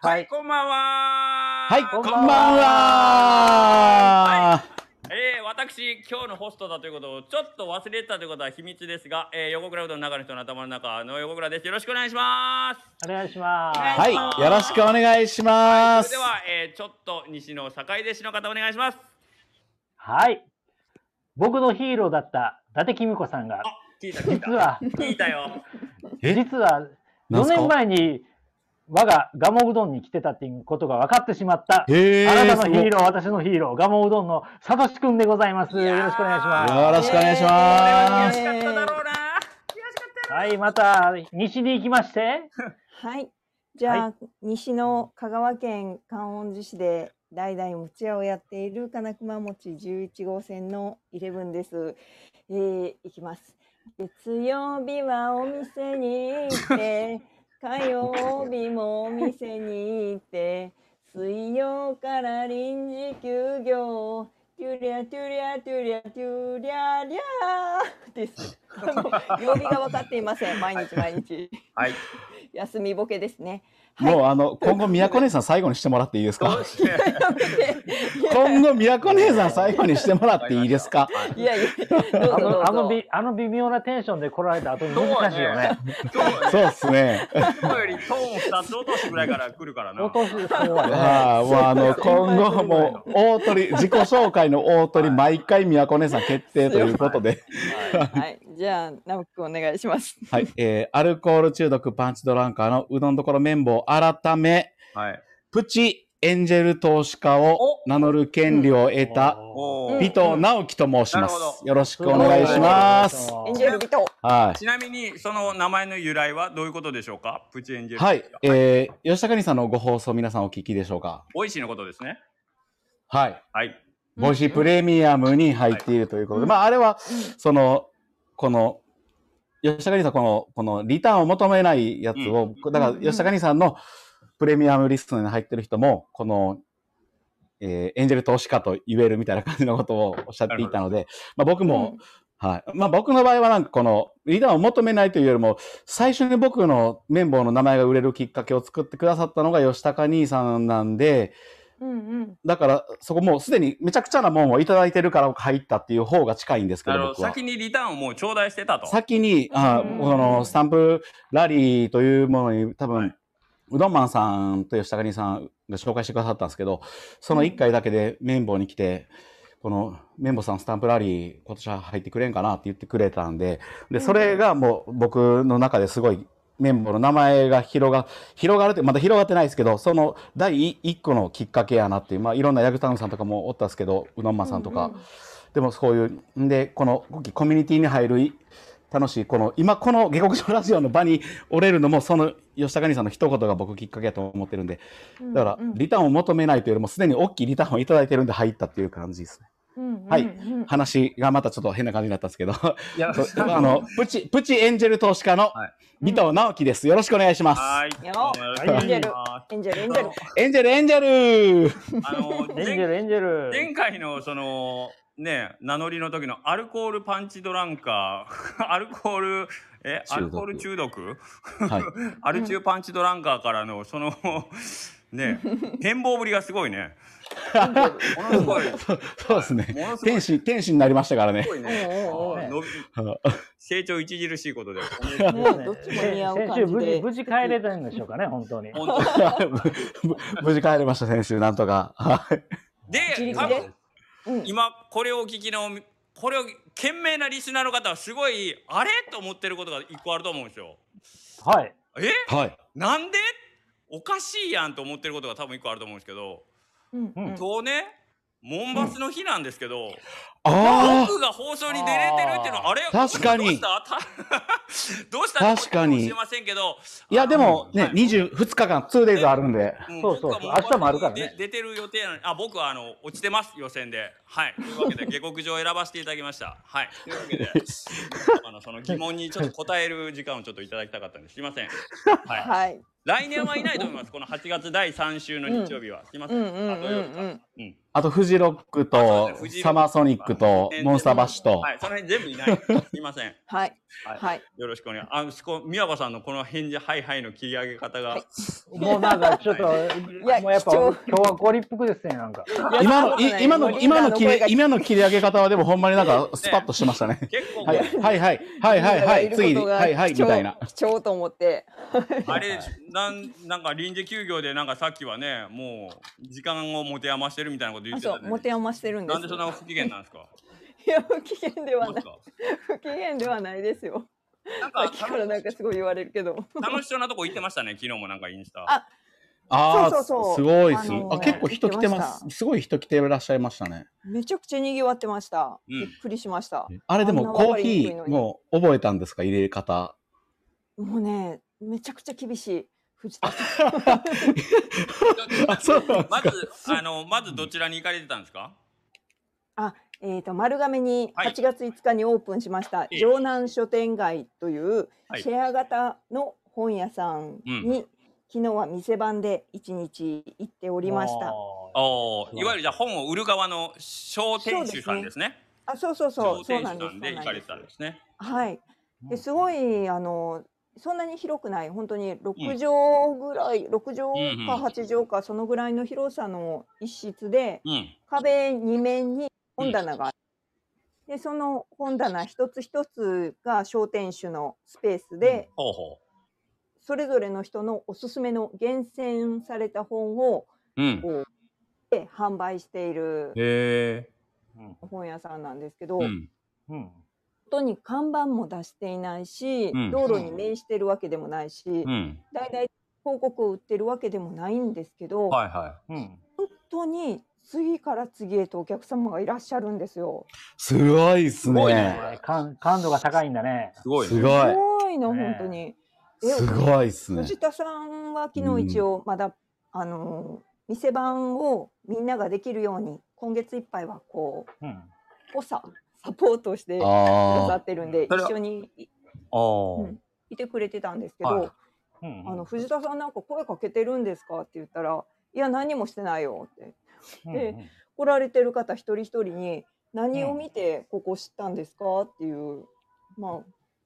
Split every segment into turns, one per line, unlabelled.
は
はいい、こんばんは
はい、こ
こん
ん
ば
ば
ん
ん
は
は。
えー、私、今日のホストだということをちょっと忘れてたということは秘密ですが、えー、横倉うどんの中の人の頭の中の横倉です。よろしくお願いします。
お願いしま
お願
す。
はい、よろしくお願いしま
それで。
す
は、えー、ちょっと西の坂出市の方お願いします。
はい。僕のヒーローだった伊達公子さんが、
あ、聞いた 聞いた。
実は、
聞いたよ。
え
実は、
なん
4
すか
年前に我がガモうどんに来てたっていうことが分かってしまった、
へ
あなたの
す
ヒ
ごい
ー
よ
ロー、私のヒーロー、ガモうどんのサトシくんでございます。
いやー
よろしくお願いします。
ろしくお願いし
悔
ま
し
す。
かっただろうな。
はい、また西に行きまして、
はい。じゃあ、西の香川県観音寺市で代々餅屋をやっている金熊餅11号線のイレブンです。えー、いきます。月曜日はお店に行 って、火曜日もお店に行って、水曜から臨時休業。トゥリャトゥリャトゥリャトゥリャリャーです。あの曜日が分かっていません。毎日毎日。
はい。
休みボケですね。はい。
もうあの今後宮古姉さん最後にしてもらっていいです
ど
か
う。して。
今後宮古姉さん最後にしてもらっていいですか。
いやいや、ど
あ
うぞどうぞ
のあのびあの微妙なテンションで来られた後に難しいよね。
今日はね
そうですね。
今日よりトーン2つ落としぐらいから来る からな。
落としそうやね。
ああ、もうあの今後もう大鳥自己紹介の大鳥毎回宮古姉さん決定ということで。
はい。じゃあ、直樹くんお願いします。
はい、えー、アルコール中毒パンチドランカーのうどんどころ綿棒改め、
はい。
プチエンジェル投資家を名乗る権利を得た、
お
う
ー
ん
尾藤直樹と申しま
なるほ
す。
ど
よろしくお願いします。
お
エ
願い
ンジ
し
ェルビト。
は
ちなみにその名前の由来はどういうことでしょうかプチエンジ
い。
ェル
はい。えー、吉高兄さんのご放送皆さんお聞きでしょうか
おいしいのことですね
はい。
はい
ボイシープレミアムに入っているということで、
うん
まあ、あれは、その、この、吉高兄さん、この、この、リターンを求めないやつを、だから、吉高兄さんのプレミアムリストに入ってる人も、この、えーエンジェル投資家と言えるみたいな感じのことをおっしゃっていたので、まあ、僕も、はい。まあ僕の場合はなんかこの、リーダーを求めないというよりも、最初に僕の綿棒の名前が売れるきっかけを作ってくださったのが吉高兄さんなんで、
うんうん。
だからそこもうすでにめちゃくちゃなもんをいただいてるから入ったっていう方が近いんですけ
な
ど、
るほ
僕
ど
は。
先にリターンをもう頂戴してたと
先に、あ
うん
このスタンプラリーというものに多分、
はいう
どんまんさんと吉高兄さんが紹介してくださったんですけど、その1回だけで綿棒に来て、この綿棒さんスタンプラリー今年は入ってくれんかなって言ってくれたんで、で、それがもう僕の中ですごい綿棒の名前が広が、広がるって、まだ広がってないですけど、その第1個のきっかけやなっていう、まあいろんなヤグタウンさんとかもおったんですけど、うどんまんさんとか、
うんうん
でもそういうんでこのコミュニティに入るい楽しいこの今この下克上ラジオの場に折れるのもその吉高兄さんの一言が僕きっかけだと思ってるんでだから
うん
リターンを求めないというよりもすでに大きいリターンをいただいてるんで入ったっていう感じですね
うん
はい
うんうん
話がまたちょっと変な感じになったんですけど
いや
そうあのプチプチエンジェル投資家の
はい
尾藤直樹ですよろしくお願いします
はーい
やろう
お願いしま
エンジェル、
す
エンジェル。
エンジェルエンジェル
あの
ますエンジェルエンジェ
前
ル。
前回のそのね名乗りの時のアルコールパンチドランカー アルコールえアルコール中毒
はい
アル中パンチドランカーからのそのね変貌ぶりがすごいねものすごい
そうですね
ものすごい
天使天使になりましたからね
すごいね
おうおうおう
伸び成長著しいことで
ねどっちも似合う感
先
じ
週無
で
事。無事帰れたんでしょうかね、本当に。
本当に
無無事帰れました先週なんとかはい
自
で
力でうん
今これをお聞きのこれを懸命なリスナーの方はすごいあれと思ってることが一個あると思うんですよ
はい。
え
はい
なんでおかしいやんと思ってることが多分一個あると思うんですけど
うんうん
今日ねモンバスの日なんですけど、
あ
僕が放送に出れてるっていうのはあれ
確か
どう
に
したたどうしたって
確かに
思うもしれませんけど
あ。いや、でもね、
はい
20、2日間、2days あるんで。
ん
そうそう
僕は
明日もあるからね
で出てる予定なのに、あ、僕はあの落ちてます予選で。はい。というわけで下克上を選ばせていただきました。はい。というわけで、あのその疑問にちょっと答える時間をちょっといただきたかったんです。すいません。はい。
はい。
来年はいないと思います。この8月第3週の日曜日は。すいませ。
うんんうん
あ土曜日
う
か
ん
うん。
あと、フジロック
あそう
と
ですねフジロッ、ク
サマーソニックと
え、ー
モンスターバッシュと。
はい。その辺全部いない。すいません。
はい。
はい
はい。
よろしくお願い。あ、すこ、宮場さんのこの返事、はいはいの切り上げ方が。
もうなんかちょっと、
や
もうやっぱ
貴重
今日はご立腹ですね、なんか。
今の、い今
も
の、
う
今の
リ
切
ーダーの声が
れ、今の切り上げ方はでもほんまになんかスパッとしてましたね。
結構、
はい、はい、はい、はい、はい、はい、次、はい、はい、みたいな。
貴重と思って。
あれ、なん、なんか臨時休業で、なんかさっきはね、もう。時間を持て余してるみたいなこと言
あ、
ってた
そ
ね
う、。持て余してるんで
な
す。
んでそんな不機嫌なんです か。
いや、不機嫌では
なん
ない。
か、
不機嫌ではないですよ。
なん
さ
か
っきからなんかすごい言われるけど。
楽しそうなとこ行ってましたね。昨日もなんかインスタ。
あ
あ
そう
あ、
そうそう
すごいっす
あ。の
あ、結構人来てます。すごい人来てらっしゃいましたね。
めちゃくちゃ賑わってました。
うん
びっくりしました。
あれで
あんな
も
分
コ
か
ー
り
ヒ
にくいの
ー
に
もう覚えたんですか入れ方。
もうね、めちゃくちゃ厳しい。藤田さん。
あ、そうなん
ま
ですか。
ず、あの、まずどちらに行かれてたんですか。
えー、と丸亀に
はい
8月5日にオープンしました、
ええ
城南書店街という
はい
シェア型の本屋さんに、
う
昨日は店番で1日行っておりました。
あー
おお、いわゆるじゃあ本を売る側の商店主さんですね。
あ、そうそうそ
商
う、そ
店
う
主
な
さ
んです。
んで行
そう
か
な
れ
んで
て
す
たんですね。
はい。ですごいあのそんなに広くない本当に6畳ぐらい、6畳か
うんうん
8畳かそのぐらいの広さの一室で
うん。
壁2面に本棚がある、でその本棚一つ一つが商店主のスペースで、
ほうほ
それぞれの人のおすすめの厳選された本を
う。うん。
こうで販売している
へえ。
うん
本屋さんなんですけど、
うん。
うん
本当に看板も出していないし、
うん
道路に面してるわけでもないし、
うん。
大々広告を売ってるわけでもないんですけど、
はいは
うん
本当に次から次へとお客様がいらっしゃるんですよ。
すごいっす
すごい
こ
ね。
ね
れ感感度が高いんだね
い。。すごい、ね。
す
す
ごい。
ごいの、
ねえ
本当に。
すごいっすね。
藤田さんは昨日一応まだ、あの店番をみんなができるように今月いっぱいはこう
うん。
補佐サポートしてくださ
あ
ってるんで
それは
一緒にい
ああ、
うんいてくれてたんですけど、
はい
うん
あの藤田さんなんか声かけてるんですかって言ったらいや何もしてないよって
うん
で
うん
来られてる方一人一人に何を見てここ知ったんですかっていうまあ
あ。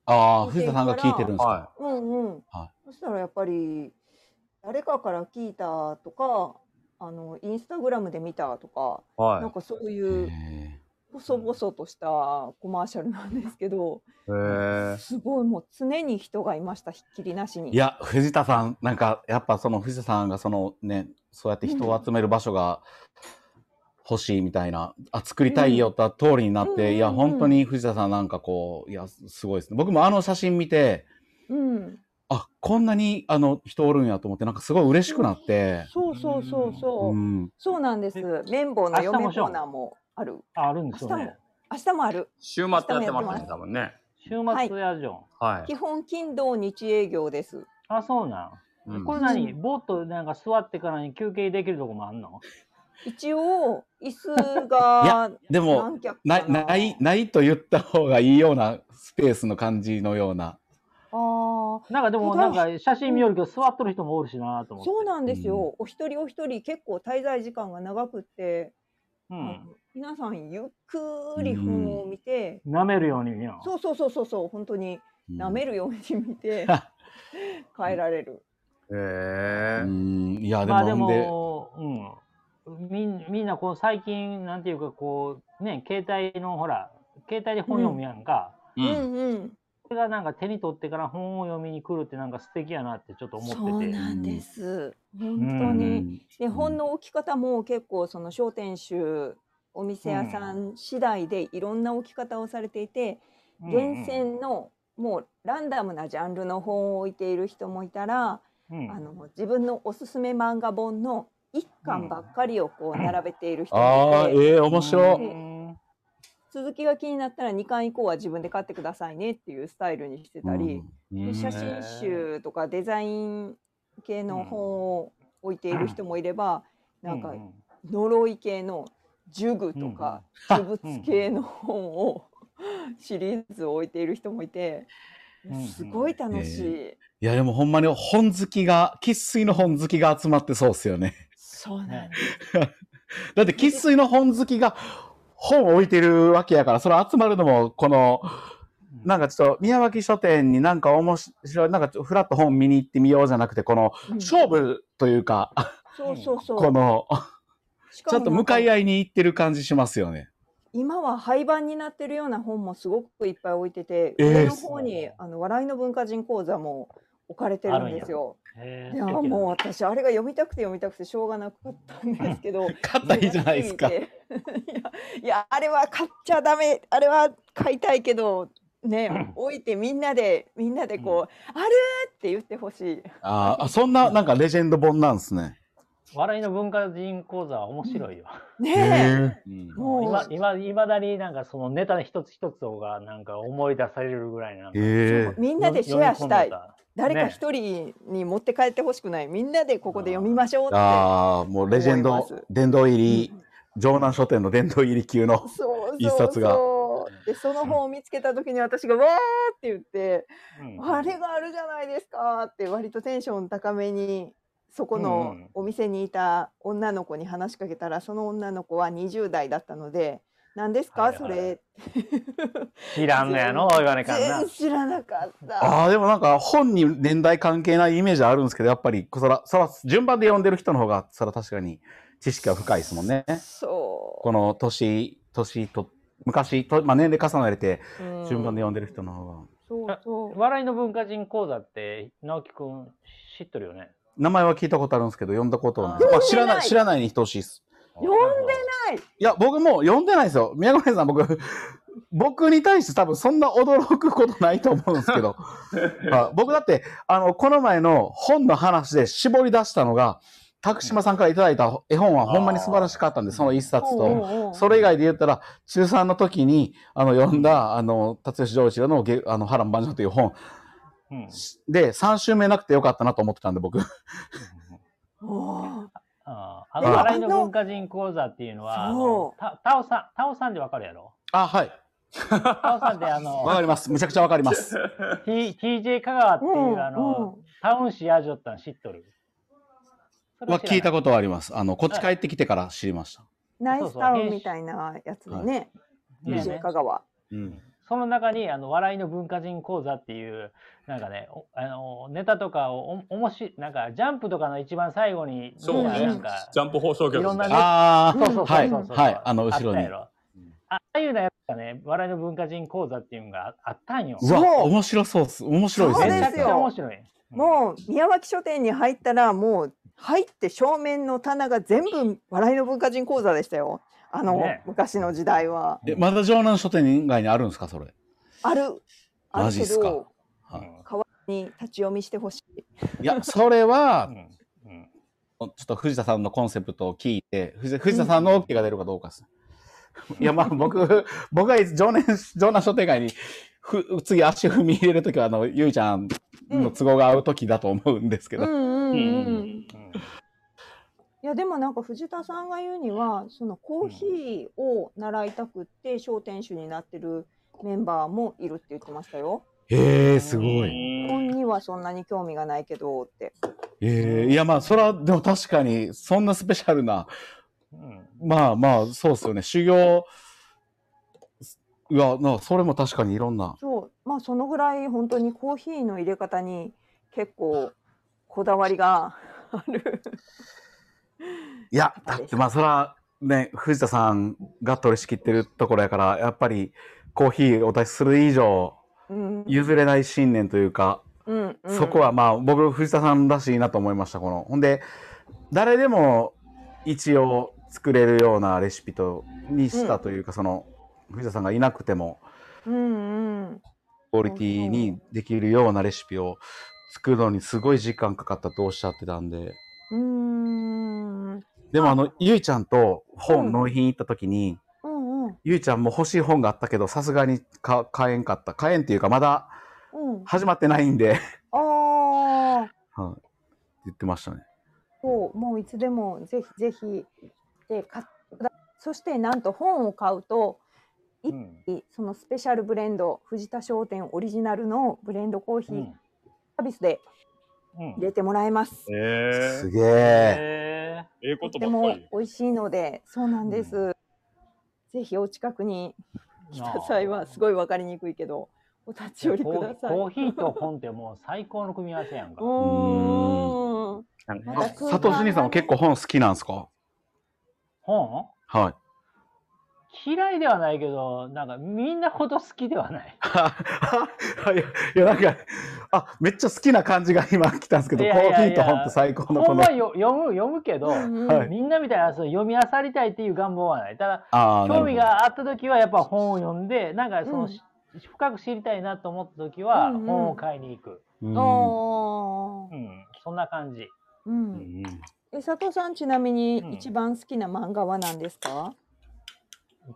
ああ、藤田さんが聞いてるんですか。
うんうん、
は
そしたらやっぱり誰かから聞いたとかあのインスタグラムで見たとか、
はい
なんかそうい
へ
う
え
細々としたコマーシャルなんですけど、
へえ。
すごいもう常に人がいましたひっきりなしに。
いや、藤田さん、なんか、やっぱその藤田さんがそのね、そうやって人を集める場所が欲しいみたいな、あ、作りたいよった通りになって、
うんうんうん
いや、本当に藤田さんなんかこう、いや、すごいですね。僕もあの写真見て、
うん、
あ、こんなにあの人おるんやと思って、なんかすごい嬉しくなって、
そうそうそうそ
う
う、
ん、
そうなんです
え
綿棒の
明日
嫁
も
コーナーもある
ああるんですよ
明日
ね
も。明日もある
週末やってま
明日も
す
やってま
ね
す、
多分ね。
週末やじゃん。
はい
基。本金土日営業です
あ、そうなん。
うん
これ何ボートなんか座ってからに休憩できるとこもあんの
一応椅子が
でも、
何脚か
ない、ない、ないと言った方がいいようなスペースの感じのような。
あ
なんかでも
意外
なんか写真見よるけど座っとる人もおるしなと
あ
思って。
そうなんですよ、
う
お一人お一人結構滞在時間が長くって、
う
あ
ん
の。皆さんゆっくり本を見て、
舐めるように見よう。
そうそうそうそうそう本当に
うん
舐めるように見て変えられる、
へえ。
うん、いや、で
まあで
も、んで
も、うん。みんみんなこう最近、なんていうかこう、ね、携帯のほら、携帯で本読むやんか。
う
うん、
ん。
うん
これがなんか手に取ってから本を読みに来るってなんか素敵やなってちょっと
そ
思っ
う
てて。
なんです
ん
本当
う
に、
ん
で本の置き方も結構その商店主お店屋さん次第でいろんな置き方をされていて、
うんうん
厳。選のもうランダムなジャンルの本を置いている人もいたら、
うん
あの自分のおすすめ漫画本の一巻ばっかりをこう並べている人
あ
も
あ、
いて、
ええ面白い。
うん
続きが気になったら2巻以降は自分で買ってくださいねっていうスタイルにしてたり、
うん、
で写
うん
真集とかデザイン系の本を置いている人もいれば、なんか
うう
呪い系の呪具とか呪物系の本をシリーズを置いている人もいて
うんうん
すごい楽しい、
いやでもほんまに本好きが生粋の本好きが集まってそうっすよね
そうなん
ね
です
だって生粋の本好きが本置いてるわけやからそれ集まるのもこのなんかちょっと宮脇書店になんか面白い、なんかちょっとフラット本見に行ってみようじゃなくて、この
うん
勝負というか、
そうそうそう。
この、
し
ち
か
ょ
も
っと向かい合いに行ってる感じしますよね。
今は廃盤になってるような本もすごくいっぱい置いてて、
えー
上の方にあの笑いの文化人講座も置かれてるんですよ。
へ
い
え
やもう私あれが読みたくて読みたくてしょうがなかったんですけど。
勝ったらいいじゃないですか
い。や いやあれは買っちゃダメあれは買いたいけどね、置いてみんなでみんなでこう、あるって言ってほしい。
あーあ、そんな、なんかレジェンド本なんですね。
笑いの文化人講座は面白いよ。
ね
う
え。
ん
もう
今、今、いまだになんかそのネタの一つ一つがなんか思い出されるぐらいなんか。
ええ
みんなでシェアした
読み込ん
い。
でた
誰か
ね
一人に持って帰ってほしくない。みんなでここで読みましょうって。
ああ、もうレジェン
思い
ド
ます、
殿堂入り
うん、
城南書店の殿堂入り級の。
そうそう
一冊が
そうでその本を見つけた時に私が「わー!」って言って
うん
「あれがあるじゃないですか」って割とテンション高めにそこの
うんうん
お店にいた女の子に話しかけたらその女の子は20代だったので「何ですか、
はいはい
それ」
知らんのやの、言わねかんな
全然。知らなかった。
ああ、でもなんか本に年代関係ないイメージあるんですけど、やっぱり、そら、そら、順番で読んでる人の方が、そら確かに知識は深いですもんね。
そ
この年、年と、昔と、まあ、年齢重ねられて、
う、うん
順番で読んでる人の方が。
そうそう
笑いの文化人講座って、直樹くん知っとるよね。
名前は聞いたことあるんですけど、読んだことはない。
あー
まあ、知らな、
読んでないい
知らないに等しいです。
読
ん
で
いや、僕もう読んでないですよ。宮古さん、僕、 僕に対して多分そんな驚くことないと思うんですけ ど。あ僕だって、あの、この前の本の話で絞り出したのが、拓島さんからいただいた絵本はほんまに素晴らしかったんで、その一冊
おう
と。
おうおう
それ以外で言ったら、中3の時に、あの、読んだ、あの、辰吉丈一郎のげあの波乱万丈という本。
うん。
で、3週目なくてよかったなと思ってたんで、僕。
おう
あーあの
うん
笑いの文化人講座っていうのは、あの
そう
たタオさん、タオさんでわかるやろ
あ、はい。
タオさんってあ
わ
の、
かります。むちゃく ちゃわかります。
T- TJ 香川っていううんあの、タウン市やじょったん知っとるそれ
は
は知らな
聞いたことはあります。あの、こっち帰ってきてから知りました。
ナイスタウンみたいなやつでね
うん
藤井香川。
うん。
その中にあの笑いの文化人講座っていうなんかねおあのネタとかをおおもしなんかジャンプとかの一番最後に
そう
ね
なんか
ジャンプ放送局
いろんなね
あ
そうそうそう
あ、
そう
はい、
そうそう
はい、あの、後ろ
あった
に
や。ろあああいうのやつがね笑いの文化人講座っていうのがああったんよ
うわ、
そう
面白そうっす。面白いです
そう
め
ね。
ちゃく
です
ちゃ
よ
面白い
もう宮脇書店に入ったらもう入って正面の棚が全部笑いの文化人講座でしたよあの、
ね
昔の時代は
えまだ城南書店以外にあるんですか、それ。
あるあ
マ
る
ジ
け
っすか
ど
うん
に立ち読みしてほしい
い や、それは
う、んうん
ちょっと藤田さんのコンセプトを聞いて、藤藤田さんの OK が出るかどうかです。いや、まあ、僕、 僕が常年、城南書店街に、ふ次足踏み入れるときは、あの、ゆいちゃんの都合が合うときだと思うんですけ
うん
ど。
うんうん、
う
いやでもなんか藤田さんが言うにはそのコーヒーを習いたくって商店主になってるメンバーもいるって言ってましたよ。
へえ、す
ご
い。
本にはそんなに興味がないけどって。
ええいや、まあ、それは、でも確かに、そんなスペシャルな、
うん
まあまあ、そうっすよね。修行、いや、なそれも確かにいろんな。
そうまあそのぐらい本当にコーヒーの入れ方に結構こだわりがある
いや、だってまあ、そら、ね、藤田さんが取り仕切ってるところやから、やっぱり、コーヒーお出しする以上、
うん、
譲れない信念というか、
うんうん、
そこはまあ、僕、藤田さんらしいなと思いました、この。ほんで、誰でも一応作れるようなレシピと、にしたというか、その、藤田さんがいなくても、
うんうん
クオリティにできるようなレシピを作るのにすごい時間かかったとおっしゃってたんで。
うーんうん
でもあの、ゆいちゃんと
うん
本納品行った時に、
うん
ゆいちゃんも欲しい本があったけど、さすがにか買えんかった。買えんっていうか、まだ
うん
始まってないんで、
ああ
はい言ってましたね。
そうもういつでもぜひぜひで買ったそしてなんと本を買うと
うん
そのスペシャルブレンド藤田商店オリジナルのブレンドコーヒ
う
ー
ん
サービスで
うん
入れてもらえます、
え
すげえ。
へ
え
ー
え
と
こ
っ
と
て
ばっ
も
かり。
美味しいので、そうなんです。ぜひお近くに来た際はすごいわかりにくいけど、お立ち寄りく
コ
だ
ー
さい。
コーヒーと本ってもう最高の組み合わせやんか。
おーまた
あ
空間
佐藤主任さんも結構本好きなんですか
本
はい。
嫌いではないけど、なんかみんなほど好きではない。
はいいや、なんか、あ、めっちゃ好きな感じが今来たんですけど、
い
コ
やいやいや
ーヒーと本当最高のこ
本
の
は。よ読む読むけど、
うんうん
はい
みんなみたいなその読み漁りたいっていう願望はない。ただ
あーなる
興
ほど
味があった時はやっぱ本を読んで、なんかその、
うん
し深く知りたいなと思った時は
うんうん
本を買いに行く。
うん
おー
うん、そんな感じ。
うん
うん
え佐藤さんちなみに
うん
一番好きな漫画は何ですか？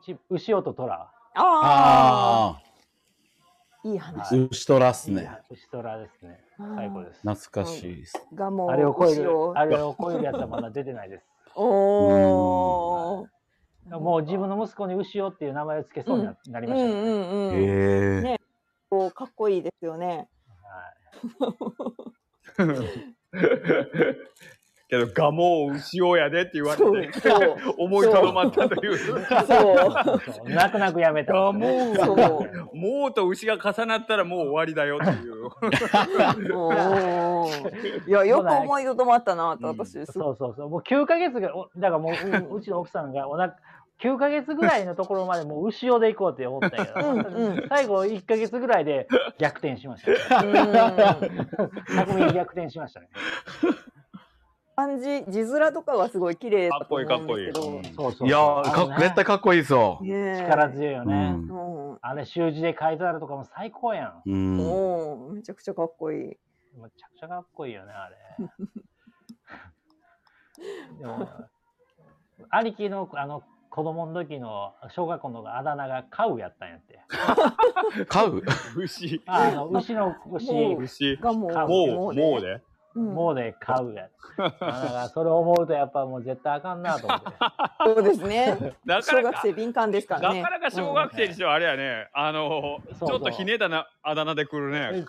一牛尾と虎。
あ
あ
あ、いい話。
ー、牛虎っす
いい
ね。
や牛虎ですね。
あー
最高です。
懐かしいです。
がもう
あれを超え
牛
る
を、
あれを超えるやつはまだ出てないです。
おお。
もう自分の息子に牛尾っていう名前を付けそうにななり
う
ましたね、
んうんうん。
へ
ねこうかっこいいですよね。
けど、ガモを牛をやでって言わ
そう
れて、
そう
思いとどまったという。
そう。
そう泣く泣くやめたんですよね、
ガモ
そう
もうと牛が重なったらもう終わりだよっていう。
おーいやよく思いとどまったなって私すごい
そうそうそうもう9ヶ月がおだからも うううちの奥さんがおな9ヶ月ぐらいのところまでもう牛尾で行こうって思ったんやけど、
うんうん
最後1ヶ月ぐらいで逆転しました、ね、
うん
巧みに逆転しましたね
漢字字面とかはすごい綺麗だと思うんです
か
け
っこいいかっこ
ど
いい。
そうそう
ー
そう
いやー
あ
か
の
っ
ね
絶対かっこいいですよ。
ねえ
力強いよ
う
ね、
ん
うん
あれ習字で書いてあるとかも最高やん
うん
おおめちゃくちゃかっこいい。
むちゃくちゃかっこいいよねあ れでも兄貴のあの子供の時の小学校のあだ名がカウやったんやって
買う
牛、
ああの牛の牛
も
牛、
がもう
か
もう、もうで。
うん
もうで買うや つ。なんかそれ思うとやっぱもう絶対あかんなと思って。
そうですね。
なか
小
な
学
か、
生敏感ですか
な
らね。
かなか小学生にしてはあれやね、あの、ち
そう
ょっとひねったなあだ名でくるね。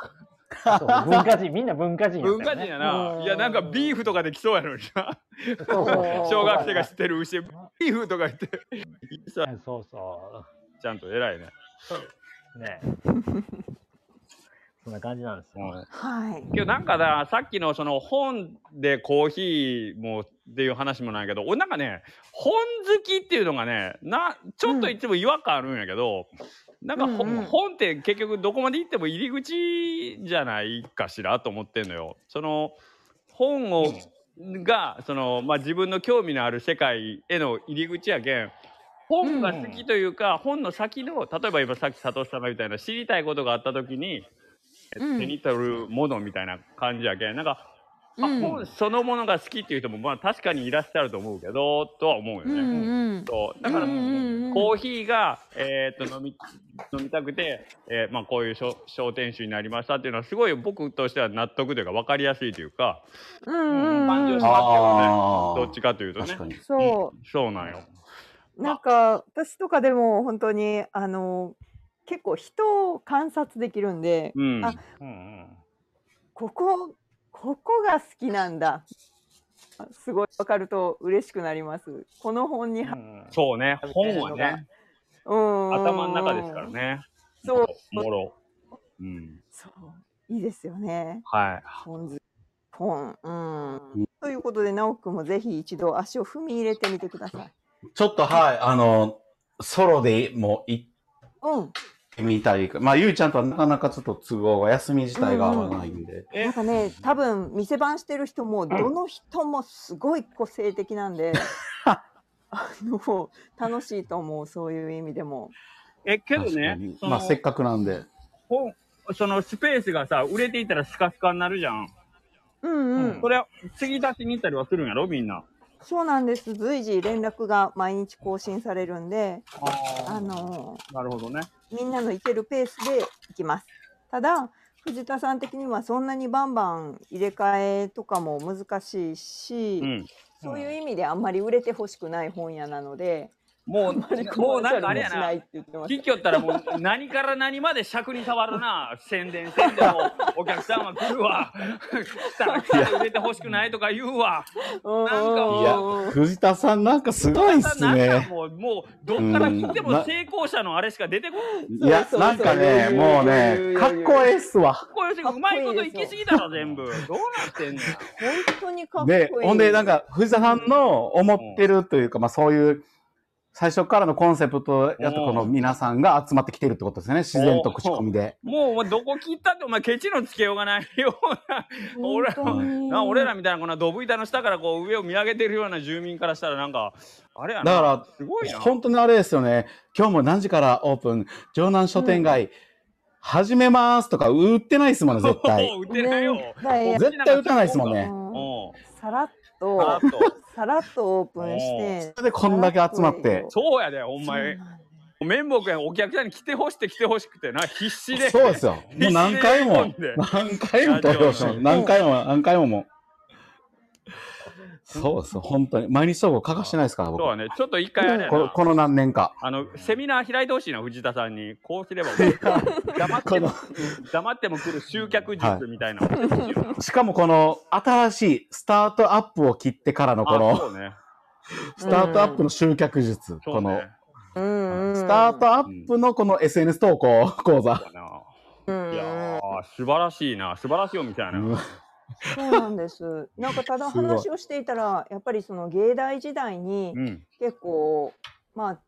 そう文化人みんな文化人や
文
っ
化
たよ
人
ね。
やな。
うん
いや、なんかビーフとかできそうやのにな。
そうそうそう
小学生が知ってる牛、ビーフとか言って。いいさ
そうそ
ちゃんと偉いね。
う。ね。そんな感じなんですよ。
はい。
けどなんかだ、さっきのその本でコーヒーもっていう話もないけど、俺なんかね、本好きっていうのがね、な、ちょっといつも違和感あるんやけど、なんかほ、
うんうん
本って結局どこまで行っても入り口じゃないかしらと思ってんのよ。その、本を、が、その、まあ、自分の興味のある世界への入り口やけん、本が好きというか、本の先の、例えば今さっき佐藤様みたいな知りたいことがあった時に、
うん
手に取るものみたいな感じやけん、なんか、あ
うん
本そのものが好きっていう人も、まあ確かにいらっしゃると思うけど、とは思うよね。
ん。
そうだから、
うんうんうん
コーヒーが、えーっと飲み飲みたくて、えーまあ、こういう商商店主になりましたっていうのはすごい僕としては納得というか分かりやすいというか
うん
感
う
情
ん
し。ますよ
あ
ね
ー
どっちかというとね
確かに。
そ
そうなんよ
う。なんか私とかでも本当にあの結構人を観察できるんで、
うん
あ
うんうん。
ここここが好きなんだ。あすごいわかると嬉しくなります。この本に
う
は、
んうん
そうね本はね
うん、
頭の中ですから。ね
そう
もろ、うん、
そういいですよね。
はい
ポン酢ポン、う
うん
ん。ということで、直くんもぜひ一度足を踏み入れてみてください。
ちょっとはい、あの、ソロでも行
うん。
ってみたいか。まあ、ゆいちゃんとはなかなかちょっと都合が、休み自体が合わないんで。
え
なんかね、多分店番してる人も、どの人もすごい個性的な んで。あの、楽しいと思う、そういう意味でも。
えけど
確か
ね
に
その
まあ、せっかくなんで。
本そのスペースがさ売れていたらスカスカになるじゃん
うんうん
そ。れは継ぎ出しに行ったりはするんやろみんな
そうなんです。随時連絡が毎日更新されるんで、あ
あ
の、
なるほどね
みんなの行けるペースで行きます。ただ藤田さん的にはそんなにバンバン入れ替えとかも難しいし、
うん
そういう意味であんまり売れてほしくない本屋なので、
もう、もうなんかあれや
な
な。
いって言ってまし
聞きよったらもう何から何まで尺に触るな宣伝宣伝もお客さんは来るわしたら来て売れてほしくないとか言うわ
た。うん
いや
うんうんうん、
藤田さんなんかすごいっす
なんか
ね。
もうもうどっから切って
うん
も
な
成功者のあれしか出てこない
いや、
そうそうそう
なんかね、
余裕
もうね
余、裕
かっこええっすわ。
こういううまいこと行き過ぎたら全部どうなってんねん
本当にかっこいい。
で、ほんで、なんか、藤田さんの思ってるというか、まあそういう、最初からのコンセプトやとこの皆さんが集まってきてるってことですよね。自然と口コミで。
もうお前どこ切ったってお前ケチのつけようがないような俺ら
本当に
な俺らみたいなこんなドブ板の下からこう上を見上げてるような住民からしたらなんかあれや
だ
な
か
すごい
ら、
な
本当にあれですよね。今日も何時からオープン、城南商店街、始めますとか売ってないですもんね、絶 対。
打てないよ、
ねだい
絶対打たないですもん
う
ね。
ん
うん
さらっ
あ
と
と
さらっとオープンして
それでこんだけ集まって。
そうやで、お
お
前。綿棒くん、お客さんに来てほしくて来てほしくてな、必死で。
そうですよ。もう何回も
必死 で飲んで、
何回も投票し
ラジオ
て、
の
何回も、何回ももう。そうですよ、本当に。毎日投稿欠かしてないですから、僕。
そう
こ
やね、ちょっと一回あれや
の
な。
この何年か。
あの、セミナー開いてほしいな、藤田さんに。こう すれば、黙っても、黙っても来る集客術みた いな。
しかもこの新しいスタートアップを切ってからのこ
あ
の、
そうね。
スタートアップの集客術。
そ
こ
う
の
ね、。
うんうん
スタートアップのこの SNS 投稿講座。
そうやな
うん
いやー、素晴らしいな、素晴らしいおみたいな。
うん
そうなんです。なんかただ
すごい
話をしていたらやっぱりその芸大時代に
うん。
結構まあ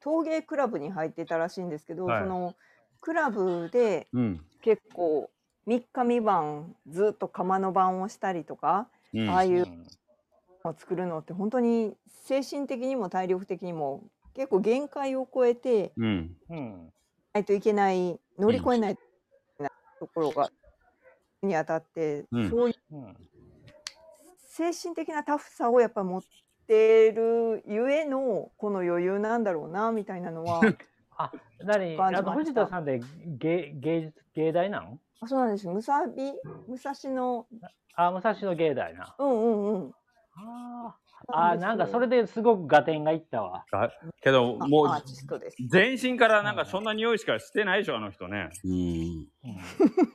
陶芸クラブに入ってたらしいんですけど、
はい
そのクラブで
うん。
結構三日三晩ずっと釜の晩をしたりとか
うん
ああいうを作るのって本当に精神的にも体力的にも結構限界を超えて
うん。
うん。
ないといけない乗り越えないといけないところが、にあたって、
うん
そういう
うん。
精神的なタフさをやっぱ持ってるゆえのこの余裕なんだろうなみたいなのは
何
感じました
あと藤田さんって芸芸術芸大なの
あそうなんですむさび武蔵野
あ、武蔵野芸大な。
うんうんうん
あーあー、なんかそれ
で
ですごく合点がいったわ。
あけど、
すよ
も
あア
う
ーティ、ストです
全身からなんかそんな匂いしかしてないでしょ、あの人ね。
うん。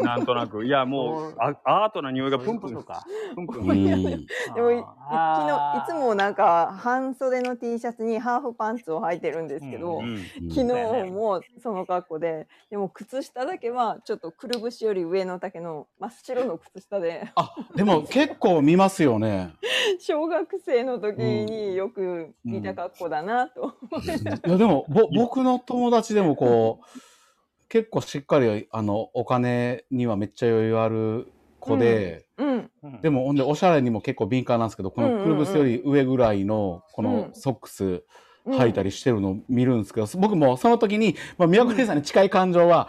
なんとなく。いや、もう、あアートな匂いがプンプン
そういうことか。
プ ンプ
う
ン。
ん。
でもい昨
あー
日いつもなんか半袖の T シャツにハーフパンツを履いてるんですけど、
う
う
ん
昨日
そうやね
もその格好ででも靴下だけはちょっとくるぶしより上の丈の真っ白の靴下で
あ、でも結構見ますよね。
小学生の時によく見た格好だなと、
いやでもぼ僕の友達でもこう結構しっかりあのお金にはめっちゃ余裕ある子で、
うん
うん
でもほんでおしゃれにも結構敏感なんですけどこ
うんうんう
の
ん
くるぶしより上ぐらいのこの
うん
ソックス
うん
履いたりしてるのを見るんですけど、僕もその時に、まあ、宮古さんに近い感情は、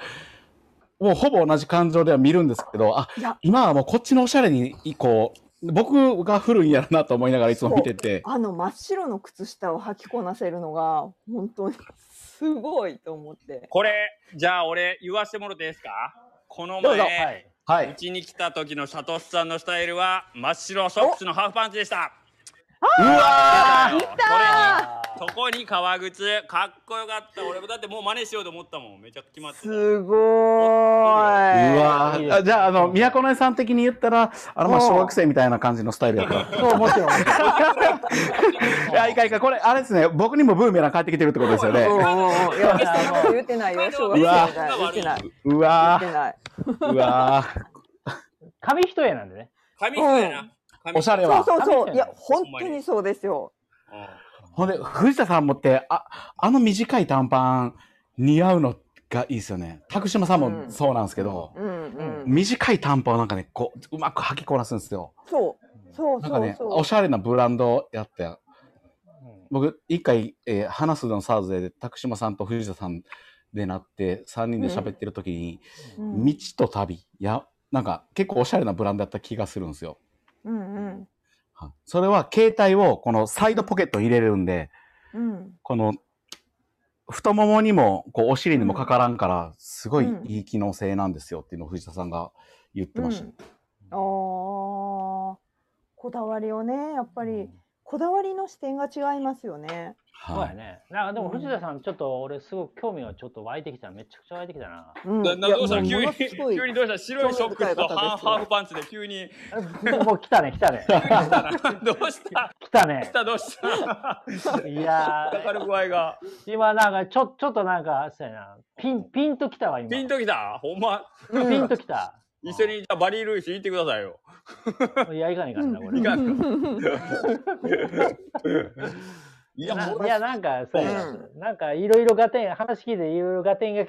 もうほぼ同じ感情では見るんですけどあ
いや
今はもうこっちのおしゃれにこう僕が古いんやろなと思いながらいつも見てて。
あの真っ白の靴下を履きこなせるのが本当にすごいと思って
これ、じゃあ俺、言わせてもらっていいですかこの
どうぞ
は
前、
い。
は
う
い、
ちに来た時のサトシさんのスタイルは、真っ白ソックスのハーフパンツでした。
うわ
出たよそ
ー
れに
あー
そこに革靴、かっこよかった。俺もだってもう真似しようと思ったもん。めちゃくちゃ決まってた。
すごーいう
わ
い
ー
いです
あじゃあ、あの、宮古根さん的に言ったら、あの、まあ、
うん
小学生みたいな感じのスタイルやった。
そう、もちろん。
いや、いかんいかん、これ、あれですね、僕にもブーメラン帰ってきてるってことですよ
うん
ね。
うんうんいや私そんなこと言ってないよ小学
う
生み
わ
たいな言ってない言
う
っ
わ
てない
ー、うわ
紙一重なんでね。
髪質やな。
ー、お
髪
しゃれ
そう
は。
そうそう
あ
いや本当にそうですよ
ほんで、藤田さんもって、あ、あの短い短パン、似合うのがいいですよね。拓島さんも
うん
そうなんですけど、
うんうん
短い短パンをなんかね、こう、うまく履きこなすんですよ。
そう、そう
なん
そ
か
う
ね、
そう。
おしゃれなブランドやって、僕一回、えー、話すのサーズで拓島さんと藤田さんでなって3人で喋ってる時に、
うん
道と旅やなんか結構おしゃれなブランドだった気がするんですよ。
うん
はいそれは携帯をこのサイドポケットに入れるんで
うんうん。
この太ももにもこうお尻にもかからんからすごいいい機能性なんですよっていうのを藤田さんが言って
うん。
ま
あ
した。
あー、こだわりをね、やっぱりこだわりの視点が違いますよね。
そう
は
や
い。
ね。なんかでも
うん
藤田さん、ちょっと俺すごく興味がちょっと湧いてきた。めちゃくちゃ湧いてきたな。
うん
ななどうした
い
急
や
に
もうものすごい
急にどうした白いショックスと
興味深い方
ハー
です
フハーフパンツで急に
あもう来たね、来たね。
どうした
来た
どう
ね
し。たどうした
いや
かかる具合が
ー、今なんかちょ、ちょっとなんか、そうやな。ピン、ピンときたわ、今。
ピンときたほんま
うん
ピンときた。
一緒にじゃあバリー・ルイス行ってくださいよ。
いや、いかんいかんな、これ。
いかんい
い
や
や、
もう
いやなんか、そうやな
う
なんか、いろいろ合点、話聞いていろいろ合点がき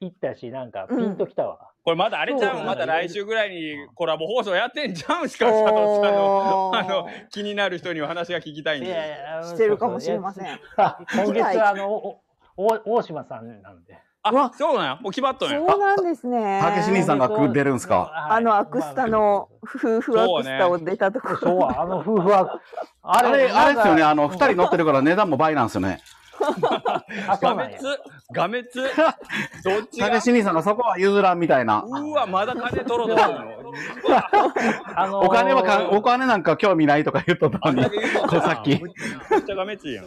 いったし、なんか、ピンときたわ。
これまだあれちゃ
そううん
また来週ぐらいにコラボ放送やってんじゃうんしか佐藤さんの
お
あの
ー
気になる人にお話が聞きたいん
い
で。
やいや
してるかもしれませ
ん。
ん。
あ今月は、あの、おお大島さんなんで。
う
あ
わ
そうなんやもう決まっとんや。
そうなんですね。
たけし兄さんが出るんすか
はい
あのアクスタの夫婦アクスタを出たとこ
そう
ろ。
は、あの夫婦は、あ
あれ、あれですよね。あの、二人
の。
乗ってるから値段も倍なんですよね。
あ、そ
ガ
うなん
メ
や
ツガメツどっち
た
が
けし兄さんがそこは譲らんみたいな。
うわまだ金取ろうとするの。
あのー
お金はか、お金なんか興味ないとか言っとった
あん
の
だ
に。
け言うと
こうさっき
めっちゃガメツやん。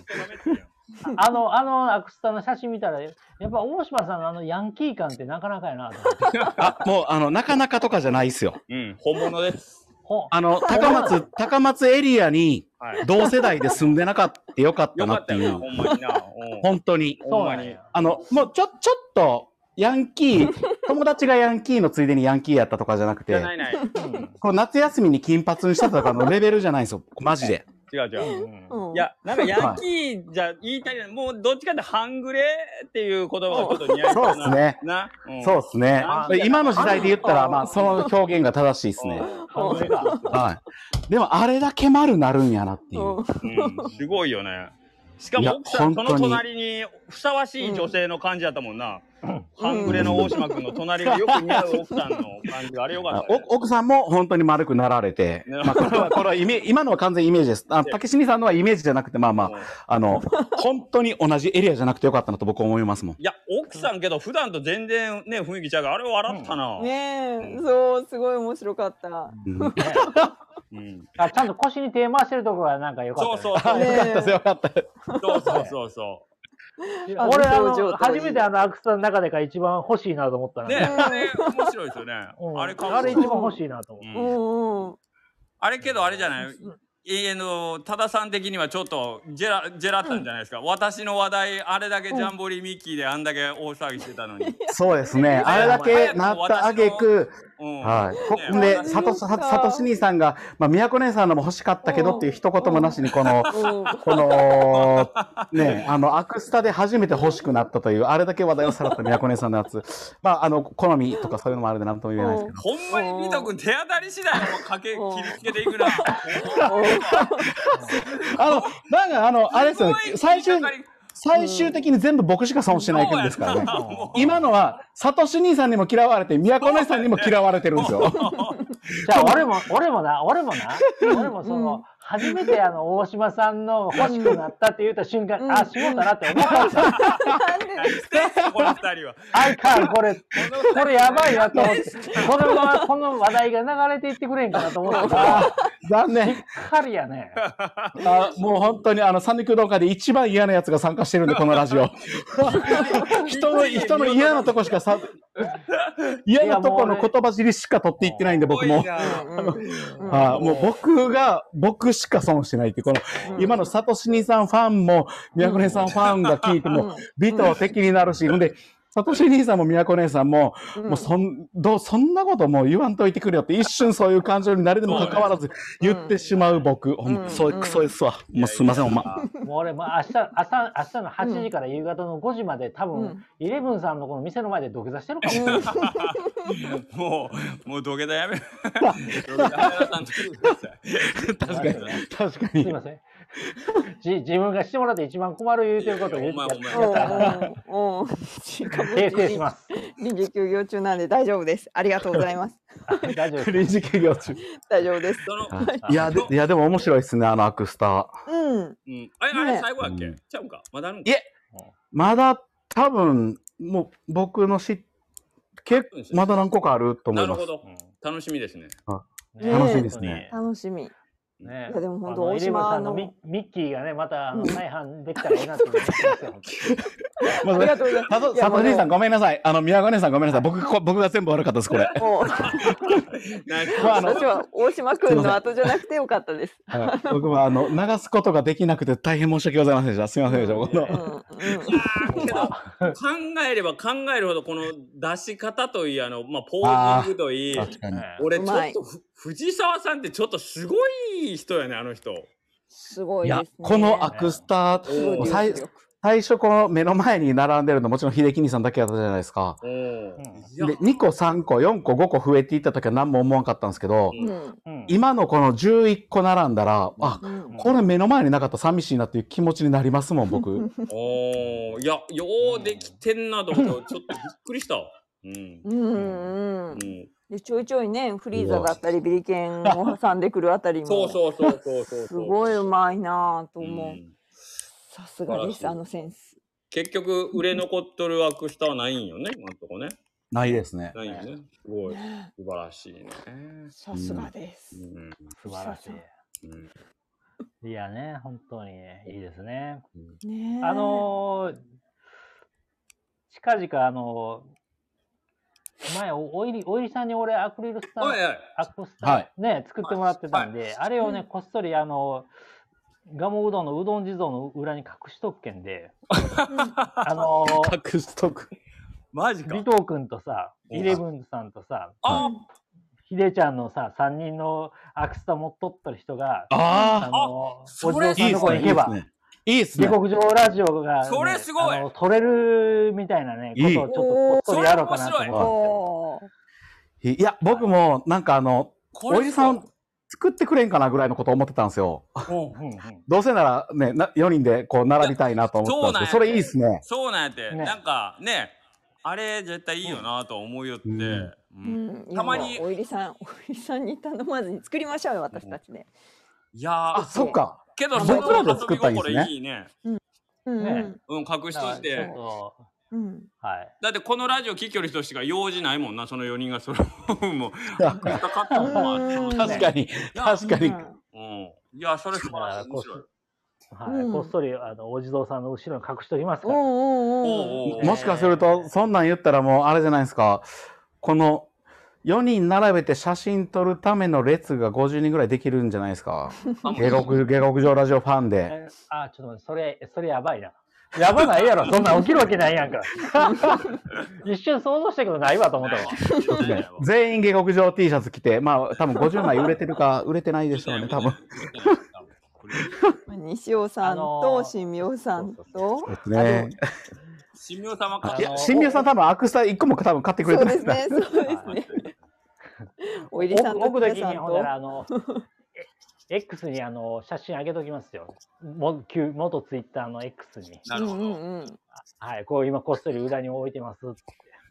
あの、あのアクスタの写真見たら、やっぱ大島さんのあのヤンキー感ってなかなかやなと思って。
あ、もう、あの、なかなかとかじゃないっすよ。
うん本物です。
ほ
あの、高松、高松エリアに
はい。
同世代で住んでなかったよかった
よか
なっ
ってた
い
よな
う。
ほんまにな。うん
本当に。
ほ
そ
ん
う
ま
な
に
んや。
あの、もうちょ、ちょっと、ヤンキ ー、友達がヤンキーのついでにヤンキーやったとかじゃなく
じ
て
ゃ、ないない。
うん
この夏休みに金髪にしたとかのレベルじゃないんです よ。マジで。
違う違う。
うん
いや、なんかヤンキーじゃ言いたいな、もうどっちかって半グレーっていう言葉がちょっと似合いそう
そ
な。
うです。ね。
な、うん
そうですね
あ。
今の時代で言ったら、
あ
まあ、その表現が正しいですね。
半グレか。
はい。でも、あれだけ丸なるんやなっていう。
うんすごいよね。しか
いや
も奥さん、そ
本当に
の隣にふさわしい女性の感じだったもんな。半グレの大島君の隣がよく似合う奥さんの感じがあれよか
あ
った
お
ね。
奥さんも本当に丸くなられて、
ね
まあ、これは、これはイメ今のは完全イメージです。あ
ね
竹しさんのはイメージじゃなくて、まあまあ
うん、
あの、本当に同じエリアじゃなくてよかったなと僕は思いますもん。
いや、奥さんけど普段と全然ね、雰囲気違うから、あれ笑ったな。
ねえ、そう、すごい面白かった。
うん
ね
うん
あちゃんと腰に手回してるとこがなんか良かった、
そ
ね。
うそうそう。
あよかったです、よかったです。
そうそうそうそ
俺あ
あの表情
の
とかいい
初めてあのアクスタの中でが一番欲しいなと思った
う。
な
ね、あれ面白いですよね。
うん
あれか
あれ一番欲しいなと思って。
う
うん
んうん。
あれけどあれじゃないえーの多田さん的にはちょっとジェラジェラったんじゃないですか、私の話題あれだけジャンボリーミッキーであんだけ大騒ぎしてたのに、
そうですね。あれだけなったあげく、
うん
は
ね
い。ほんで、
私
さとし、さとし兄さんが、まあ、宮子姉さんのも欲しかったけどっていう一言もなしに、この、
うん
この、ね、あの、アクスタで初めて欲しくなったという、あれだけ話題をさらった宮子姉さんのやつ。まあ、あの、好みとかそういうのもあるんで、なんとも言えないですけど。
ほんまにミト君手当たり次第もうかけ切りつけていくな
あの、なんか、あの、あれですよね。最終、最終的に全部僕しか損してないんですからね。今のは、サトシ兄さんにも嫌われて、宮子姉さんにも嫌われてるんです よ。
じゃあ俺も俺もな俺もな俺もその、初めてあの大島さんの欲しくなったって言った瞬間、
うん
あしようかなって思ったんです よ。
なんで
してんすかこの二人は
あいかんこれこれやばいなと思ってこのままこの話題が流れていってくれんかなと思ったからし
あー残念。
っかりやね。
あもう本当にあの三陸動画で一番嫌なやつが参加してるんでこのラジ オ人の人の嫌なとこしかさ嫌なとこの言葉尻しか取っていってないんで僕も
うん
あもう僕が僕しか損してないってこの
うん
今のサトシニさんファンも宮古姉さんファンが聞いても美と敵になるしほんでサトシ兄さんも宮古姉さんも、もうそん、どう、そんなこともう言わんといてくれよって、一瞬そういう感情になれても関わらず言ってしまう僕、ほん
う
ま、
ん
そういうクソですわ。もうすいません、ほんま。
もう俺もう明日朝明日の8時から夕方の5時まで多
う
分
ん
イレブンさんのこの店の前で土下座してるかも。
もうもう土下座やめ土下座やめ
確かに、確か
すい
に。
ません。じ自分がしてもらって一番困る言うてることを言って
いや
や
お前
っ
うん
お
たら
うんうんしかも
訂正します。
臨時休業中なんで大丈夫です。ありがとうございます。
大丈夫です。
臨時休業中。
大丈夫です。
その
いや、でいや、でも面白いですね、あのアクスタ。
う
う
ん。
ん、あれ、あれ最後やっけ、ちゃうかまだあるんか
いえまだ、多分、もう、僕のし、結構、まだ何個かあると思
ないる
ます
ほ。ど。楽しみですね。
うん
楽し
みですね
本当に
楽しみ。
ね
いやでも本当
あの
大島
イレブンさんのミ
の
ミッキーがね、またあ
う
の
ん
再販できたらいいなって思ってますよ。本当に
まあ
ありがとうござい
佐
ます。
藤佐藤兄さん
ん、
ごめんなさい。あの、宮川姉さんごめんなさい。僕、こ僕が全部悪かったです、これ。
もう
ナイス
まああの
私は大島君の後じゃなくてよかったです。
はい僕 は、あの、流すことができなくて大変申し訳ございませんでした。すみませんでした。こ
うん
の
うん
けど考えれば考えるほどこの出し方といいあの、まあ、ポージングといい
確かに。
ね
俺
う
ちょ
ま
っ
い
とふ藤沢さんってちょっとすごい人やねあの人
すご
い
いで
や
すね。、
このアクスター、
すごい
もう
流
最
出力
最初この目の前に並んでるのもちろん秀樹兄さんだけだったじゃないですか。
おー
うん
い
で、
や
2個、3個、4個、5個増えていった時は何も思わんかったんですけど、
うん
うん
今のこの11個並んだら、あ、
うん
これ目の前になかったら寂しいなっていう気持ちになりますもん、僕。
おーいやようできてんなと思ってちょっとびっくりしたうん、
うんう、
うんん、
でちょいちょいねフリーザだったりビリケンを挟んでくるあたりも
そうそうそうそうそうそう
すごいうまいなぁと思う、
ん
さすがで
素晴らしい
すあのセンス
結局売れ残っとるアクスタはないんよね今んとこね
ないです ね。
ないよねすごい素晴らしいね
さすがです、
うん
素晴らし
うん
い。いやね、本当にねいいですね。
ねえ
あのー近々あのー前おおいりおいりさんに俺アクリルスタ
はい
ン
はい
アクス
は
タ
い
ね作ってもらってたんで、あれを
うん
ねこっそりあのガモうどんのうどん地蔵の裏に隠しとくけんで、 あのー
隠しとく。
マジか
尾藤君とさ、
うん
イレブンさんとさ、
あ
ひでちゃんのさ、3人のアクスタ持っとった人が、あ
あ
のー、お
それ
嬢
あ、
さん
いい
の
で
とこ
す
に
ね。いい
行け
で
ば
す、ね。いいです
下
ね。
克上ラジオが、ね、
それすごい
あの取れるみたいなね、
いい
ことをちょっとこっそりやろうかなと
それ面白い
思っ
おー
いや、僕もなんかあの、
これ
おじさん作ってくれんかなぐらいのこと思ってたんですよ。
うん
て。うんうん
どうせならね、な4人でこう並びたいなと思ってたんです
そう
けど、そ
なんや
れいいですね。
そうなんやって、
ね
なんかねあれ絶対いいよなと思いよって、
う
う
ん
ん
うん、
たまに
いやもうおいりさんおいりさんに頼まずに作りましょうよ私たちね、
いやー
あ、そっか。
けど
僕ら
その
で作ったんですね
遊び心いいね
うん
ね
うん隠しとし
だから
て
ちょっ
うん
とはい。
だってこのラジオ聞きよる人しか用事ないもんなその4人がそれをもう
確
かかったもんな
うん
楽しい
かに、
や
確かに。
うんいやそれ素晴らしい面白い
はい
うん
こっそりあのお地蔵さんの後ろに隠しております
うん
から、
うんうん
おうおう
もしかすると、そんなん言ったらもうあれじゃないですか。この4人並べて写真撮るための列が50人ぐらいできるんじゃないですか。
あ
下 克下克上ラジオファンで。
えーあ、ちょっと待って、それ、それやばいな。やばないやろ、そんなん起きるわけないやんか。 一瞬想像したけどないわと思ったわ。
ね
全員下克上 T シャツ着て、まあ多分50枚売れてるか、売れてないでしょうね、多分。
まあ西尾さん
あの
と
ー
新明さん
そう
と
えっとね。
神妙様か
あ
い
の
や、新宮さん多分アクスタ1個も多分買ってく
そ
れて
う
ま
ですすね
ね。
そうですねおいりさん
奥
と
奥
皆
時
さん
に、ほん
と
なら、あの、え X にあの写真上げときますよ。も旧元ツイッターの X に。
なるほど、
うんうんうん
はい、こう今こっそり裏に置いてます。
う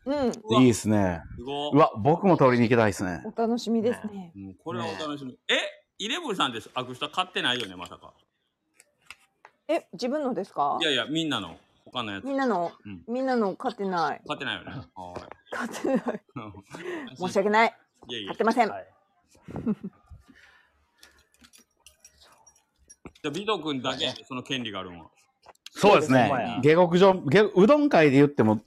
ん、
ね
いいですね。
すごいう
わ、僕も取りに行きたいですね。
お楽しみですね。
うんこれはお楽しみ、えイレブンさんですアクスタ買ってないよねまさか
え、自分のですか
い？やいやみんなの他のやつ
みんなの、
うん
みんなの買ってない、
買ってないよね。は
買って ない。
い
申し訳ない、
いやいや
買っ。てません。
はい。
じゃあ、ビト君だけその権利があるんは。
そうですね
そうですね。
下克上、下うどん界で言っても、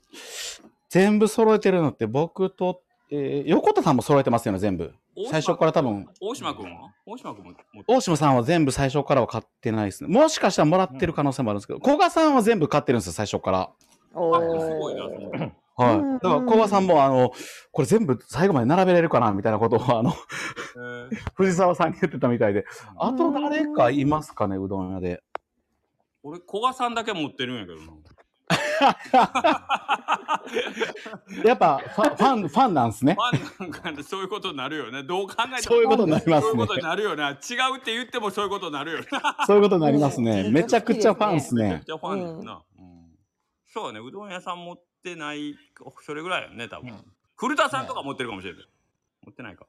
全部揃えてるのって僕と、えー横田さんも揃えてますよね、全部。最初から多分、
大島君は大島君も持って
大島さんは全部最初からは買ってないですね。もしかしたらもらってる可能性もあるんですけど、古賀さんは全部買ってるんですよ、最初から。
お
あすごいな、そ
ー
の。え
は
うん
い。だから古賀さんも、あの、これ全部最後まで並べれるかな、みたいなことを、あの、
ー
藤沢さんに言ってたみたいで。あと誰かいますかね、うどん屋で。
俺、古賀さんだけ持ってるんやけどな。
やっぱファ、ファン、ファンなんですね。
ファンなんかでそういうことになるよね。どう考えても。
そういうことになりますね
そういうことになるよな。違うって言ってもそういうことになるよな。
そういうことになりますね。めちゃくちゃファンです
めっ
ね。
ちゃファンですな。うんそうね、うどん屋さん持ってない、それぐらいやね、多分
うん。
古田さんとか持ってるかもしれない。持ってない か。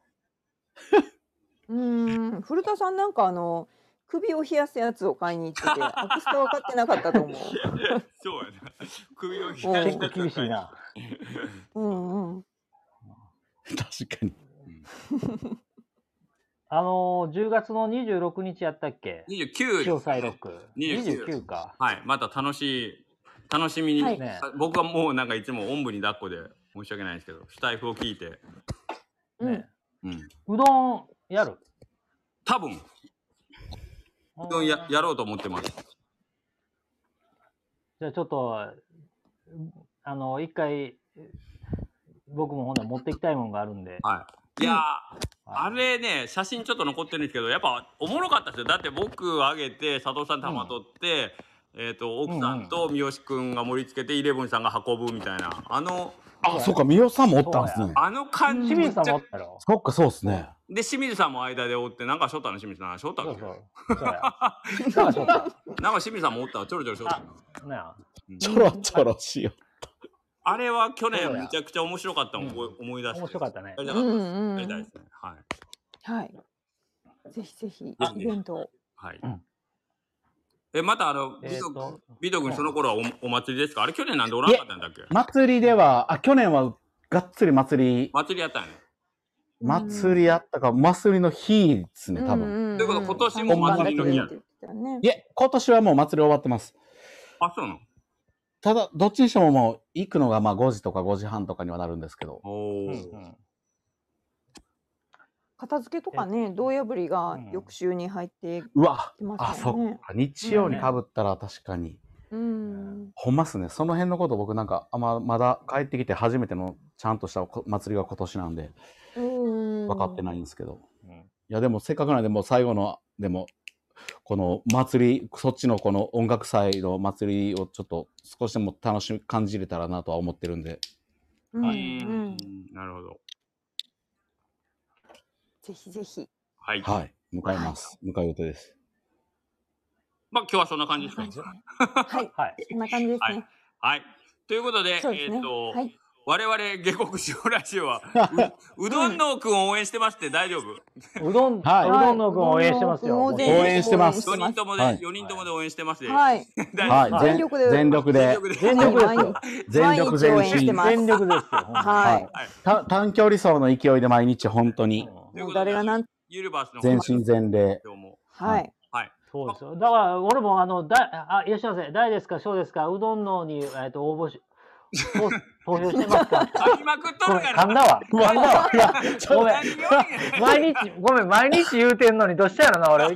うーん、古田さんなんかあの首を冷やすやつを買いに行って て、アクスタは買ってなかったと思
そうやな。首を引
う
チ
ん
ェック厳しいな。
う。うんうん。
確かに。
あのー、10月の26日やったっけ
29
詳細ロック。
29
29か。
はい、また楽しい、楽しみに、
はい
ね
僕はもうなんかいつもおんぶに抱っこで申し訳ないんですけど、スタイフを聞いて、
ね
うん、
うどんやる
多分う
う
どんややろうと思ってます。
じゃあちょっと、あの、一回、僕もほんなら持ってきたいもんがあるんで。
はい。いやー、あ
はい
れね、写真ちょっと残ってるんですけど、やっぱおもろかったですよ。だって僕あげて、佐藤さん玉取って、えっ、と、奥さんと三好くんが盛り付けて、イレブンさんが運ぶみたいな、あの、
あ、そうか、三好さんもおったんですね。
あの感じ
清
めっ
水
ち
さ
ゃ
んもおったろ。
そっか、そうですね。
で、清水さんも間でおって、なんかしょったの、清水さん。しょったっ
そ
け
うそう。そうや。そうやそうや
なんか清水さんもおったわちょろちょろしょったな。
ねや
ちょろちょろしよ
あれは去
そ
年
うや
めちゃくちゃ面白かったのを思い出して。
面白かったね
や。り
う
たかっ
ん
たです
うん
や
う
りたい
ん
ですね。はい。
はい。ぜひぜひ
あ
イベントを。
はい。
うん
え、またあの、
え
ビ
ー
ト
と
ビト君その頃はおお祭りですかあれ去年なんでおらんかったんだっけ
祭りでは、あ、去年はがっつり祭り、
祭りやったんや。
祭りあったか、祭りの日ですね、多分。
分
ということは今年も
祭りの日
や
ね
い。え、今年はもう祭り終わってます。
あ、そうなの
ただ、どっちにしてももう行くのがまあ5時とか5時半とかにはなるんですけど。
お
うんう
ー。
ん
片付けとかね、胴破りが
うん
翌週に入って
うわ
きま
あ、
す
そ
よね
っ。か。日曜にかぶったら確かに。
うん。
ほんますね。その辺のこと僕なんか、あままだ帰ってきて初めてのちゃんとしたこ祭りが今年なんで、
うん。
分かってないんですけど。
うん
いや、でもせっかくなんで、もう最後の、でも、この祭り、そっちのこの音楽祭の祭りをちょっと少しでも楽しみ、感じれたらなとは思ってるんで。
うん。
は
う
い
ん。
なるほど。
ぜひぜひ。
はい。まあ
はい。向かいます。向かう予定です。
今日はそんな感じですか
はい。
はい。
こんな感じですね。
はい。ということで、
そうで
え
すね。
ーっと
は、い。
我々下克上ラジオ は、ううどんの君を応援してますって大丈夫
うどん、
はいう
どんの君応援してますよ。
うどんの君
応援してます
四人ともで、
はい
4人ともで応援してますで、
はい。
大丈夫
はい。
全力で
全力
全
で。
力で
全力です
全力前
よ。
毎日応援して
進。
ます
全力ですよ。ほんま
は
はいい。た短距離走の勢いで毎日本当
に
に
うん
もう誰がなん、
ユニバースの
全身全霊。
どうも。
はい。
そうですよ。だから、俺も、あの、だ、あ、いらっしゃいませ。大ですか、小ですか、うどんのに、えっ、と、応募し。投投票してますか。
噛みまくっとる
ごめん、
か
噛ん
ら。
だわ。噛んだ わ。ごめん。
何言わんや
毎日、ごめん、毎日言うてんのに、どうしたやろな、俺。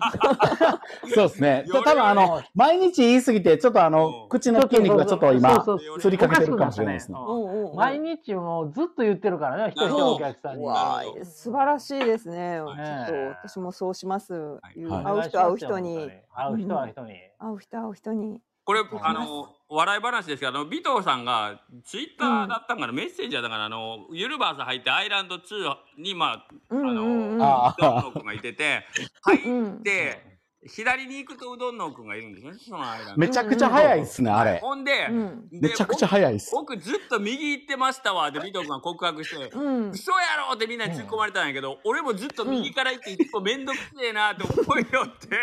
そうですね。多分あの、毎日言いすぎて、ちょっとあ
うん
の、口の筋肉がちょっと今
そう、
そう
釣りかけてるかもしれないですね。
おかしく
お
ったね
うおう
う
お
ん
う
毎日もうずっと言ってるからね、一人のお客さんに。
わあ素晴らしいですね。ちょっと
ね
私もそうします。
い
いう
はい
会う人会う人に、
会う人は人に。
会う人会う人に。
これ、あの、笑い話ですけど、あの、尾藤さんが、ツイッターだったんかな、メッセージやだから、あの、ユニバース入って、アイランド2に、ま
うんうんうん。
あ、
あ
うどんの君がいてて、入
う
っ
ん。
て、 左に行くとうどんの君がいるんですよね、そのアイランド
めちゃくちゃ早いっすね、あれ。
ほんで、
うん
で
めちゃくちゃ早いっす。
僕ずっと右行ってましたわで尾藤君が告白して
うん。
嘘やろってみんなに突っ込まれたんやけど、俺もずっと右から行って一歩めんどくせえなって思いよって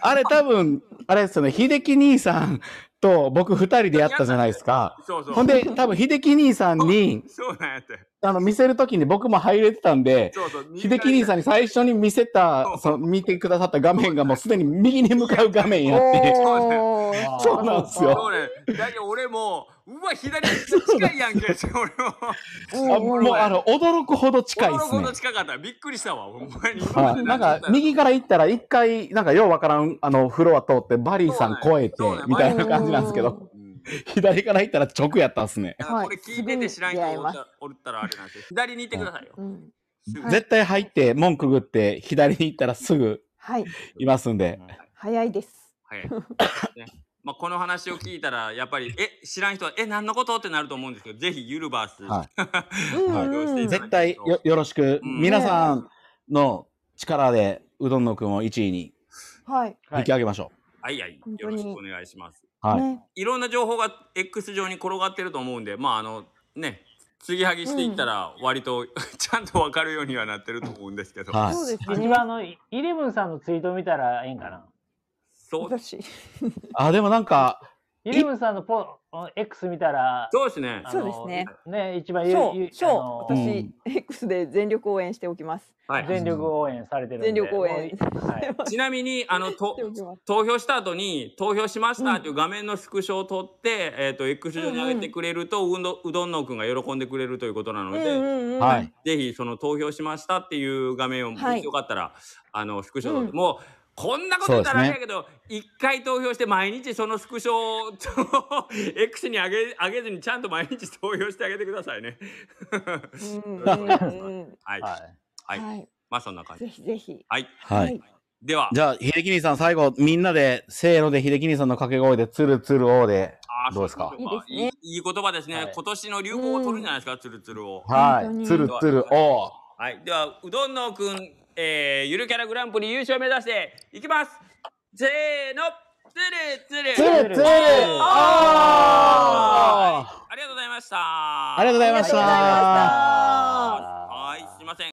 あれ多分、あれですよね、秀樹兄さんと僕二人でやったじゃないですか。
そうそう
ほんで、多分秀樹兄さんに、
そうなんやって
あの、見せるときに僕も入れてたんで、
そうそう右か
秀
ら
樹兄さんに最初に見せた、その見てくださった画面がもうすでに右に向かう画面やって、
おー
あー
そうなんです
そう
よ
ねだけど俺もうわ左めっちゃ近いや んけって俺も
あもうあの、驚くほど近いで
驚く
す
ほ
ね
ど。近かったびっくりしたわほんまに
はい、なんか右から行ったら一回なんかようわからんあのフロア通ってバリーさん越えて
そうなん
みたい
そ
な
うなん
感じなんですけど
うん
左から行ったら直やったんですね、
だからこれ聞いてて知らん人おったらおったらあれなんですよ左に行ってくださいよ
うん。
すぐ
はい
絶対入って門くぐって左に行ったらすぐ
はい。
いますんで、
早いです。
はい。ねまあこの話を聞いたらやっぱりえ知らん人はえ何のことってなると思うんですけどぜひユルバース、
は
うん
はい
うんうん。
絶対よよろしく、
うん
皆さんの力でうどんのくんを1位に
はい。
はい
引き上げましょ
はいはい
本当
よろ
に
しくお願いします。
うはい、
ね。
いろんな情報が X 上に転がってると思うんでまああのね継ぎはぎしていったら割と、 ちゃんと分かるようにはなってると思うんですけど、
はい
そうです
一
ね。
番のイイレブンさんのツイート見たらええんかな。
そう
私。
あでもなんか
イリムさんのポ X 見たら、
そうですね
あ。
そうですね
の。ね、一番ゆ
そう
ゆ、あ
そ
の
う、
うん
私、X で全力応援しておきます。
はい。
全力応援されてるんで。
全力応援
もう はい
ちなみにあのと
しておきます。
投票した後に投票しましたっていう画面のスクショを撮って、えっ、と X 上に上げてくれると、うどうどんのうくんが喜んでくれるということなの
うん
で、
うんうん。
はい。
ぜひその投票しましたっていう画面を、
はい
もしよかったらあのスクショ撮って、
うん
もうこんなこと言ったら
そ
あ
うです
れ
ね
やけど一、回投票して毎日そのスクショを X に上げ上げずにちゃんと毎日投票してあげてくださいね。
うんうんうん。
はい、
は
はい
はい。
まあそんな感
ぜ
じ。
ひぜひ。
はい、
はい。
では
じゃあ、秀樹兄さん、最後、みんなで、せーので秀樹兄さんの掛け声で、つるつるおうで、
あー
どうですか
そか
いいです
いいい言葉ですね、
はい
今年の流行を取るんじゃないですか、つるつるを。
は
本当
い。
に
つるつるおう。
はい、では、うどんのくん、えー、ゆるキャラグランプリ優勝目指して、いきます。せーの、つるつる。
つるつるおう
はい
あ
ありがとうございました。
りがとうございました。